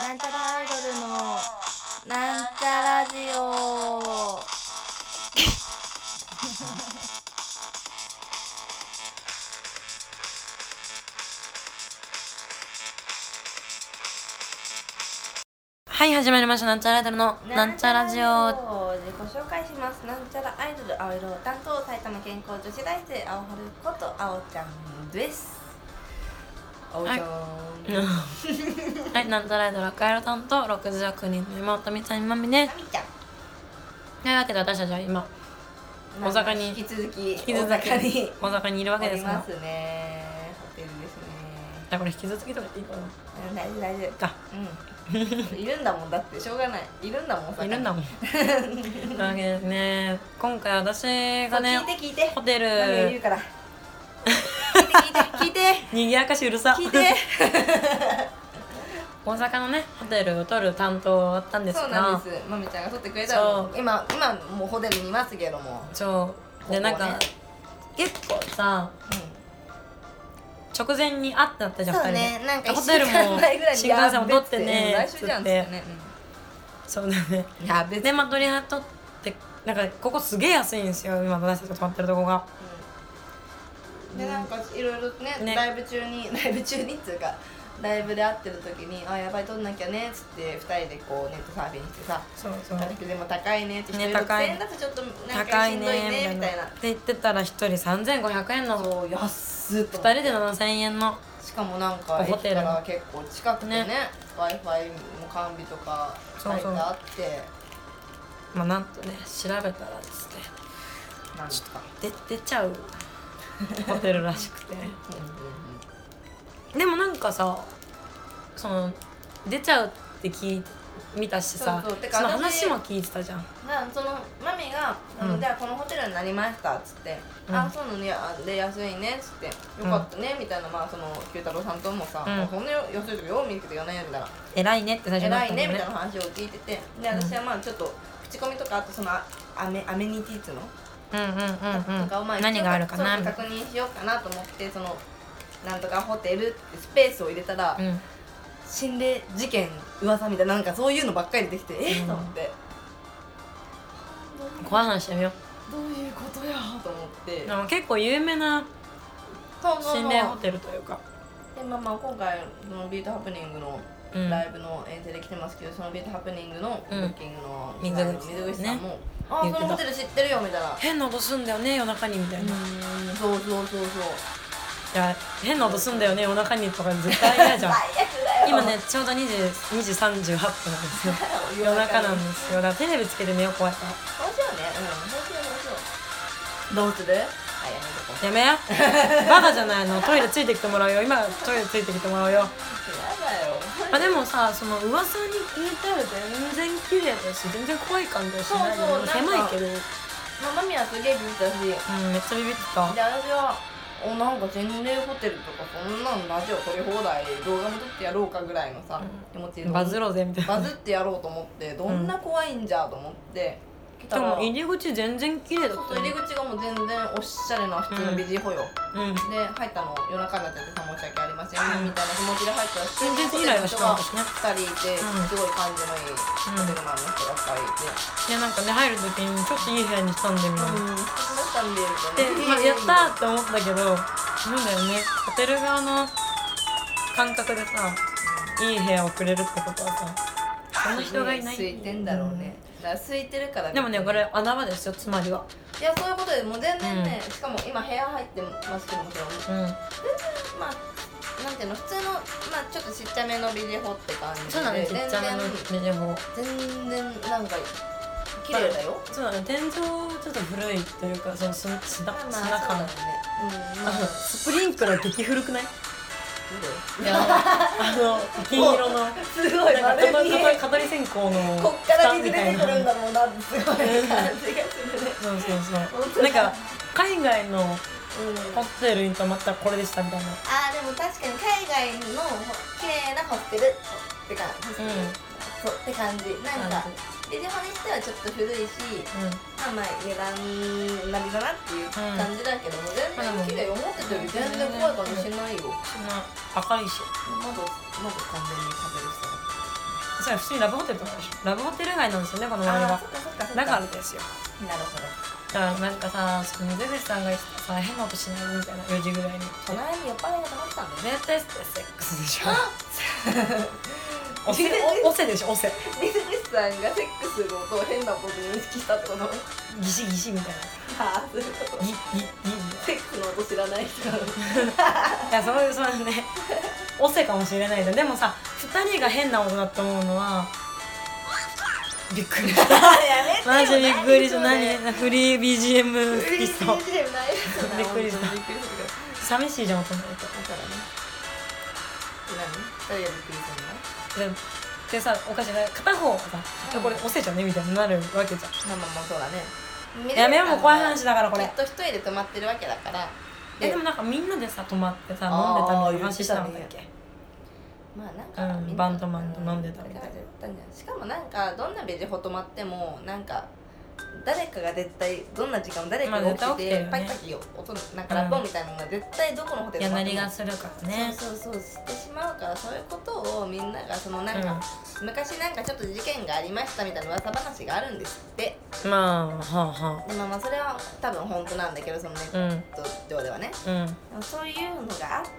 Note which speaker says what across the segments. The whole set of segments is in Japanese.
Speaker 1: なんちゃらアイドルのなんちゃラジオ
Speaker 2: はい、始まりました。なんちゃらアイドルのなんちゃラジオ。
Speaker 1: 自己紹介しますなんちゃらアイドル青色担当埼玉健康女子大生青春こと青ちゃんです青ちゃん、
Speaker 2: はい、なんちゃらアイドル赤色担当66人の山本美さんまみです。
Speaker 1: なみちゃん
Speaker 2: というわけで私たちは今大阪に
Speaker 1: 引き続き
Speaker 2: 引き続き
Speaker 1: 大阪に
Speaker 2: 大阪にいるわけ
Speaker 1: お
Speaker 2: で
Speaker 1: り
Speaker 2: すが
Speaker 1: ま、すねホテルですね
Speaker 2: だから引き続きとか言っていいかな。
Speaker 1: うん大事大事
Speaker 2: か
Speaker 1: うんいるんだもんだってしょうがないいるんだもん
Speaker 2: いるんだ
Speaker 1: も
Speaker 2: も
Speaker 1: ん
Speaker 2: ん。というわけですね。今回私がね
Speaker 1: 聞いて聞いて
Speaker 2: ホテ
Speaker 1: 何が言
Speaker 2: ル
Speaker 1: うから聞いて
Speaker 2: 賑やかしうるさ。
Speaker 1: 聞いて聞いて聞い て
Speaker 2: 大阪のねホテルを取る担当だったんですが、
Speaker 1: そうなんですまみちゃんが撮ってくれたの
Speaker 2: そう
Speaker 1: 今今もうホテルにいますけども
Speaker 2: そう
Speaker 1: ここね
Speaker 2: でなんか、結構さ
Speaker 1: う
Speaker 2: 直前に会ってなったじ
Speaker 1: ん
Speaker 2: ゃん
Speaker 1: そ
Speaker 2: 2人
Speaker 1: う
Speaker 2: で
Speaker 1: ねなんか
Speaker 2: ホテルも
Speaker 1: 一週間前ぐらいに
Speaker 2: 新幹線も取ってね
Speaker 1: やべっつってうん来週じゃんっつってね
Speaker 2: そうだね
Speaker 1: うんやべっつって
Speaker 2: でまあ取り取ってなんかここすげえ安いんですよ今私たちが泊まってるとこが
Speaker 1: でなんかいろいろね
Speaker 2: ね
Speaker 1: ライブ中に ライブ中にっつうかライブで会ってる時に「あやばい撮んなきゃね」っつって二人でこうネットサーフィンしてさ
Speaker 2: そうそ
Speaker 1: だけどでも高いねって
Speaker 2: ね
Speaker 1: 1人
Speaker 2: 高
Speaker 1: 6000
Speaker 2: い
Speaker 1: 円だとちょっとなんか
Speaker 2: 高
Speaker 1: し
Speaker 2: い
Speaker 1: ん
Speaker 2: ね
Speaker 1: どいねみ
Speaker 2: み
Speaker 1: た
Speaker 2: た
Speaker 1: い
Speaker 2: い
Speaker 1: な
Speaker 2: なって言ってたら1人3500円の
Speaker 1: そう安っと
Speaker 2: 2人で7000円の
Speaker 1: しかもなんか
Speaker 2: ホ
Speaker 1: 駅
Speaker 2: テルの
Speaker 1: から結構近くてね
Speaker 2: ね
Speaker 1: w i f i も完備とか
Speaker 2: そ
Speaker 1: 書いうて
Speaker 2: そう
Speaker 1: あって
Speaker 2: まあなんとね調べたらですね
Speaker 1: なんですか
Speaker 2: で出ちゃうホテルらしくて
Speaker 1: うんうん
Speaker 2: でもなんかさその出ちゃうって聞い見たしさ
Speaker 1: そうそうてか
Speaker 2: その
Speaker 1: 私
Speaker 2: 話も聞いてたじゃん
Speaker 1: だからそのマミがあの、
Speaker 2: うん
Speaker 1: じゃあこのホテルになりました」っつって「
Speaker 2: うん
Speaker 1: あそうなのねあで安いね」っつって「よかったね」みたいなまあその九太郎さんともさ「
Speaker 2: うん
Speaker 1: もうこんな安いとこよ見つけてよね」みたいな
Speaker 2: 偉いねって最初にな
Speaker 1: 偉
Speaker 2: った
Speaker 1: い
Speaker 2: もん
Speaker 1: ねみたいな話を聞いててで私はまあちょっと口コミとかあとそのあアメアメニティっつうの、
Speaker 2: うんうんうん
Speaker 1: とかをま
Speaker 2: う
Speaker 1: あ
Speaker 2: ん何があるかな
Speaker 1: 一応
Speaker 2: みたい
Speaker 1: 確認しようかなと思ってそのなんとかホテルってスペースを入れたら、
Speaker 2: なうん
Speaker 1: 心霊事件噂みたいななんかそういうのばっかり出てきてえっ、
Speaker 2: うん
Speaker 1: と思って
Speaker 2: 怖い話してみよ
Speaker 1: どういうことやと思って
Speaker 2: うでも結構有名な
Speaker 1: そうそうそう
Speaker 2: 心霊ホテルというか
Speaker 1: でまあまあ今回そのビートハプニングの
Speaker 2: うん
Speaker 1: ライブの遠征で来てますけど、そのビートハプニングのブ
Speaker 2: うん
Speaker 1: ッキングの
Speaker 2: 水
Speaker 1: あの
Speaker 2: 口
Speaker 1: 水口さんも、あ
Speaker 2: 言
Speaker 1: あ
Speaker 2: って
Speaker 1: そ
Speaker 2: た
Speaker 1: のホテル知ってるよみたいな
Speaker 2: 変な音すんだよね夜中にみたいな、い
Speaker 1: うんそうそうそうそう
Speaker 2: や変な音すんだよね夜中にとか絶対嫌じ ゃん
Speaker 1: 最悪だよ
Speaker 2: 今ねちょうど2時2時38分なんですよ夜中なんですよだからテレビつけて寝よう怖いか
Speaker 1: そうしようねうんそうしようそうしようどうするあやめとこう
Speaker 2: らやめよ バカじゃないのトイレついてきてもらうよ今トイレついてきてもらうよ
Speaker 1: やだよ
Speaker 2: あでもさその噂に聞いたら全然綺麗だし全然怖い感じはしない
Speaker 1: そうそ
Speaker 2: の
Speaker 1: うなんか
Speaker 2: 狭いけど
Speaker 1: まあマミはすげえビビったしで
Speaker 2: うんめっちゃビビってた
Speaker 1: 私はおなんか心霊ホテルとかそんなのラジオ撮り放題動画も撮ってやろうかぐらいのさ、気持ちいい
Speaker 2: バズろうぜみたいな
Speaker 1: バズってやろうと思ってどんな怖いんじゃと思って、来
Speaker 2: で
Speaker 1: たら
Speaker 2: も入り口全然綺麗だ
Speaker 1: ちょっ
Speaker 2: っ
Speaker 1: と
Speaker 2: たよ
Speaker 1: 入り口がもう全然おしゃれな普通の美人保養、
Speaker 2: うん
Speaker 1: で入ったの夜中になっちゃって申し訳ありません、みたいな気持ちで入ったら普通
Speaker 2: 全然
Speaker 1: に
Speaker 2: イライラしてなかったしね
Speaker 1: 2人いて、
Speaker 2: うん
Speaker 1: すごい感じのいいホテルマンの人が2人い
Speaker 2: い
Speaker 1: て
Speaker 2: やなんかね入る時にちょっといい部屋にしたんでみんなで、
Speaker 1: うん、素敵だったんでみ
Speaker 2: まあ、
Speaker 1: たいな
Speaker 2: やったーって思ったけどなんだよねホテル側の感覚でさいい部屋をくれるってことはさそんな人がいない
Speaker 1: 空いてんだろうね、だから空いてるから
Speaker 2: でもねこれ穴場ですよつまりはい
Speaker 1: やそういうことでもう全然ね、しかも今部屋入ってますけどもちろん
Speaker 2: うん
Speaker 1: まあなんていうの普通のまあちょっとちっちゃめのビジホって感じで
Speaker 2: そうだねち
Speaker 1: 全
Speaker 2: っ
Speaker 1: 然
Speaker 2: ちゃめのビジホ
Speaker 1: 全然なんか綺麗だよ
Speaker 2: そうだね天井ちょっと古いっていうかそのす砂
Speaker 1: まあ
Speaker 2: 砂感
Speaker 1: そうだねうんま
Speaker 2: あ
Speaker 1: あ
Speaker 2: のスプリンクラー激古くない
Speaker 1: 見
Speaker 2: いや あの金色 の
Speaker 1: るすごい
Speaker 2: なんか
Speaker 1: 丸見え
Speaker 2: かたり線香の
Speaker 1: こっから水
Speaker 2: み
Speaker 1: 出
Speaker 2: たい
Speaker 1: て
Speaker 2: な
Speaker 1: くるんだろうなってすごい感じがするね
Speaker 2: そうそう
Speaker 1: 本
Speaker 2: そ
Speaker 1: 当
Speaker 2: う
Speaker 1: だ
Speaker 2: なんか海外の
Speaker 1: うん
Speaker 2: ホテルに泊まったらこれでしたみたいな
Speaker 1: あーでも確かに海外の綺麗なホテルって感じ、
Speaker 2: うん
Speaker 1: そうって感じなんかビジホにしてはちょっと古いし
Speaker 2: うん
Speaker 1: まあまあ値段なりだなっていう感じだけども、全然綺麗思ってたより全然怖い感じしないよ、
Speaker 2: そんな明るいし
Speaker 1: 窓窓完全に壁でした
Speaker 2: それ普通にラブホテルとかでしょラブホテル街なんですよねこの前
Speaker 1: あ
Speaker 2: は
Speaker 1: あそっかそっかそっ
Speaker 2: だ
Speaker 1: か
Speaker 2: からですよ
Speaker 1: なるほど
Speaker 2: だからなんかさその水口さんが言ってたさ変な音しないみたいな4時ぐらいに
Speaker 1: その間に酔っ払いが溜まってたんだよね
Speaker 2: 絶対セックスでしょおせおおせでしょおせ
Speaker 1: 水口さんがセックスの音を変なこと認識したってことは
Speaker 2: ギシギシみたい
Speaker 1: あそういうこと
Speaker 2: なギギギみたい
Speaker 1: セックスの音知らない人が
Speaker 2: ないやそういうそのねおせかもしれないじゃんでもさ2人が変な音だと思うのはびっくりした
Speaker 1: や
Speaker 2: マジびっくりした
Speaker 1: 何
Speaker 2: 何フリー BGM 吹
Speaker 1: び
Speaker 2: き
Speaker 1: っ
Speaker 2: そうびっく
Speaker 1: く
Speaker 2: り
Speaker 1: り
Speaker 2: し
Speaker 1: したたびっくりした
Speaker 2: 寂しいじゃん音ないと
Speaker 1: だからね何一人はびっくりしたんだ
Speaker 2: ででさおかしいな片方がさ「いやこれおせじゃね」みたいになるわけじゃん
Speaker 1: ママもそうだね
Speaker 2: やめようもう怖い話だからこれ
Speaker 1: きっと一人で泊まってるわけだから
Speaker 2: えでもなんかみんなでさ泊まってさ飲んでたみたいな話したんだっけ
Speaker 1: まあなんか
Speaker 2: うん
Speaker 1: みんな、
Speaker 2: バンドマンと飲んでたみたいな
Speaker 1: だから絶対ねしかもなんかどんなベジホ泊まってもなんか誰かが絶対どんな時間も誰かが起
Speaker 2: まあ
Speaker 1: き
Speaker 2: 絶対起き
Speaker 1: て
Speaker 2: てるよね
Speaker 1: パキパキ音なんかラップ音みたいなのが絶対どこのホテル
Speaker 2: や
Speaker 1: も
Speaker 2: なりがするからね
Speaker 1: そうそうそうしてしまうからそういうことをみんながそのなんか、昔なんかちょっと事件がありましたみたいな噂話があるんですって
Speaker 2: まあはあは
Speaker 1: でまあまあそれは多分本当なんだけどそのネ
Speaker 2: あう
Speaker 1: ッ
Speaker 2: ん
Speaker 1: ト上ではね、
Speaker 2: うん
Speaker 1: でもそういうのがあって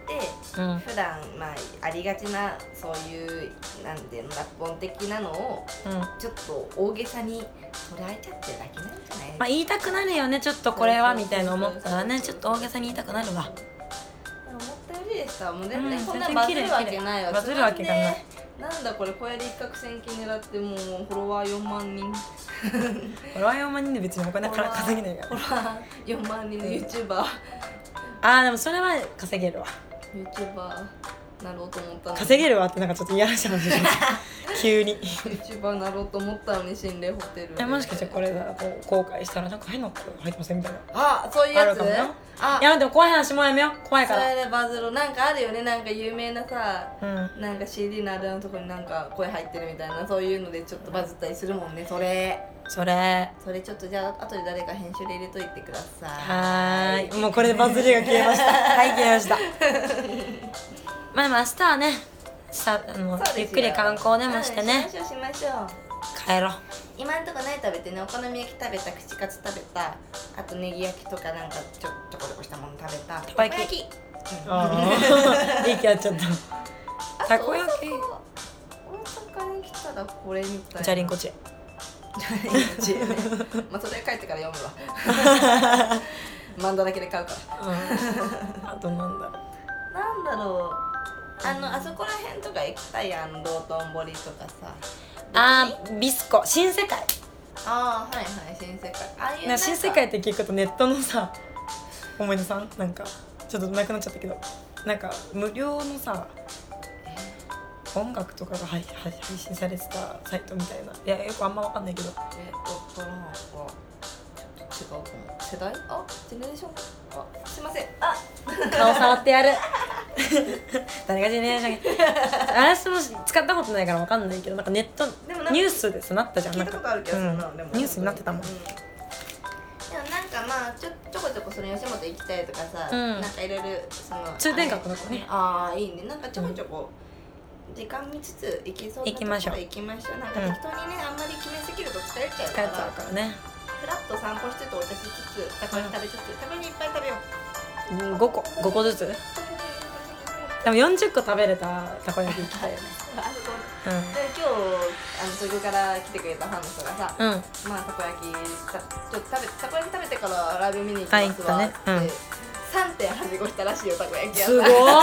Speaker 2: うん
Speaker 1: 普段まあありがちなそういうなんていうのラップ音的なのを
Speaker 2: うん
Speaker 1: ちょっと大げさに捉えちゃってるだけなんじゃない
Speaker 2: まあ言いたくなるよねちょっとこれはみたいな思ったらねちょっと大げさに言いたくなるわ
Speaker 1: 思ったよりでしたもう全然、
Speaker 2: うん
Speaker 1: こんな
Speaker 2: 全然
Speaker 1: バズ
Speaker 2: 綺麗
Speaker 1: るわけないわ
Speaker 2: バズるわけがない
Speaker 1: つまんねえなんだこれこれで一攫千金狙ってもうフォロワー4万人フ
Speaker 2: これは4万人で別にお金から稼げないから
Speaker 1: ォロワー4万人の YouTuberYouTuber
Speaker 2: あーでもそれは稼げるわ
Speaker 1: なろうと思ったのに
Speaker 2: 稼げるわってなんかちょっと嫌らしい話しました 急に
Speaker 1: YouTuber なろうと思ったのに心霊ホテルで
Speaker 2: えもしかしてこれだと後悔したらなんか変な声入ってませんみたいな
Speaker 1: あそういうや
Speaker 2: ある
Speaker 1: つ
Speaker 2: かもよ
Speaker 1: あ
Speaker 2: いやでも怖い話もうやめよう怖いか
Speaker 1: そ
Speaker 2: ら
Speaker 1: れでバズるなんかあるよねなんか有名なさ
Speaker 2: うん
Speaker 1: なんか CD のあれのとこになんか声入ってるみたいなそういうのでちょっとバズったりするもんねそれ
Speaker 2: それ
Speaker 1: それちょっとじゃあ後で誰か編集で入れといてください
Speaker 2: はーいもうこれでバズりが消えま したはい消えましたまあでも明日はねさあの
Speaker 1: そうですよ
Speaker 2: ゆっくり観光でもしてね、
Speaker 1: うんしましょうしましょう
Speaker 2: 帰ろう
Speaker 1: 今んとこ何食べてねお好み焼き食べた串カツ食べたあとネギ焼きとかなんかちょちょこちょこしたもの食べた
Speaker 2: たこ焼き
Speaker 1: き
Speaker 2: あ あ息合っちゃった
Speaker 1: あ
Speaker 2: たこ焼き
Speaker 1: 大阪に来たらこれみたいな
Speaker 2: じゃりんこち
Speaker 1: じゃあいいちまあそれ帰ってから読むわ 漫画だけで買うか
Speaker 2: あとなんだ
Speaker 1: らなんだろうあのあそこら辺とか行きたいやん道頓堀とかさ
Speaker 2: あービスコ新世界
Speaker 1: ああはいはい新世界ああいう
Speaker 2: な新世界って聞くとネットのさ思い出さんなんかちょっとなくなっちゃったけどなんか無料のさ音楽とかが配配配信されてたサイトみたいないやよくあんまわかんないけど
Speaker 1: えおっとなんか違うかも世代あジェネレーションあすいませんあ
Speaker 2: 顔触ってやる 誰がジェネレーション私も使ったことないからわかんないけどなんかネット
Speaker 1: でもなんか
Speaker 2: ニュースでさなったじゃん
Speaker 1: 聞いたことある気がするな、
Speaker 2: うん
Speaker 1: でも
Speaker 2: ニュースになってたもん
Speaker 1: うでもなんかまあちょちょこちょこその吉本行きたいとかさ、
Speaker 2: うん
Speaker 1: なんかいろいろその
Speaker 2: 通天閣の子ね
Speaker 1: ああいいねなんかちょこちょこ時間見つつ行けそうな
Speaker 2: 行きましょう
Speaker 1: ところ行きましょうなん
Speaker 2: う
Speaker 1: か
Speaker 2: ん
Speaker 1: 適当にね、あんまり決めすぎると疲れちゃう
Speaker 2: 疲
Speaker 1: か
Speaker 2: れ
Speaker 1: ら
Speaker 2: ちゃうからね
Speaker 1: ふらっと散歩しててお茶しつつたこ焼き食べつつたこ焼きいっぱい食べよう
Speaker 2: 5個5個ずつでも40個食べれたたこ焼き行きたいよね
Speaker 1: あそうで今日あの東京から来てくれたファンの人がさ、
Speaker 2: うんうん
Speaker 1: まあたこ焼きたちょっと食べたこ焼き食べてからラーメン見に行きますわ
Speaker 2: あ
Speaker 1: っ
Speaker 2: 言
Speaker 1: て
Speaker 2: っ、たねうん
Speaker 1: 三点はしごしたらしいよたこ焼き屋さん
Speaker 2: すごい
Speaker 1: 超行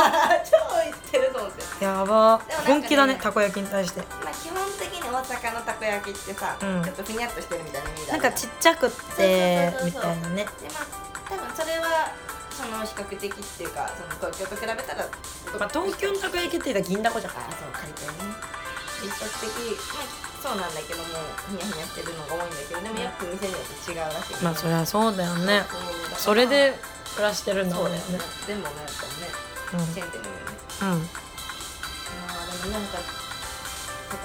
Speaker 1: ってると思って
Speaker 2: やば
Speaker 1: でもなんかね
Speaker 2: 本気だねたこ焼きに対して
Speaker 1: まあ基本的に大阪のたこ焼きってさ、
Speaker 2: うん
Speaker 1: ちょっとふにゃっとしてるみたいな意味だ
Speaker 2: なんかちっちゃくって
Speaker 1: そうそうそうそう
Speaker 2: みたいなね
Speaker 1: でまあ多分それはその比較的っていうかその東京と比べたらど
Speaker 2: まあ東京のたこ焼きって言ったら銀だこじゃん
Speaker 1: あそう借りてね比較的まあそうなんだけどもふにゃふにゃしてるのが多いんだけどでもよく店によって違うらしいね
Speaker 2: まあそりゃそうだよね
Speaker 1: そうだから
Speaker 2: それで暮らしてるんだ
Speaker 1: そ
Speaker 2: も
Speaker 1: うんだ
Speaker 2: ね
Speaker 1: よねでもなんかねチェーン店のように
Speaker 2: うんうん
Speaker 1: まあでもなんか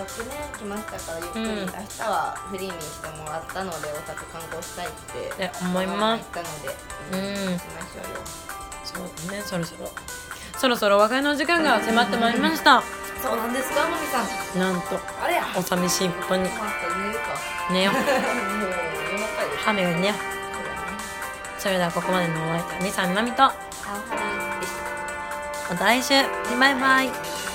Speaker 1: せっかくね来ましたからゆっくり、
Speaker 2: うん
Speaker 1: 明日はフリーにしてもらったので大阪観光したいって
Speaker 2: ね思います
Speaker 1: 言ったので
Speaker 2: うん
Speaker 1: しましょうよ
Speaker 2: そうだねそろそろそろそろお別れの時間が迫ってまいりました
Speaker 1: そうなんですか、まみさん。
Speaker 2: なんと
Speaker 1: あれや。
Speaker 2: お寂しいことに
Speaker 1: また寝るか。
Speaker 2: 寝 よう
Speaker 1: もう夜中よ。
Speaker 2: ハメが寝ようそれではここまでのお相手はミサミナミと
Speaker 1: あ、はるでした。
Speaker 2: また来週バイバイ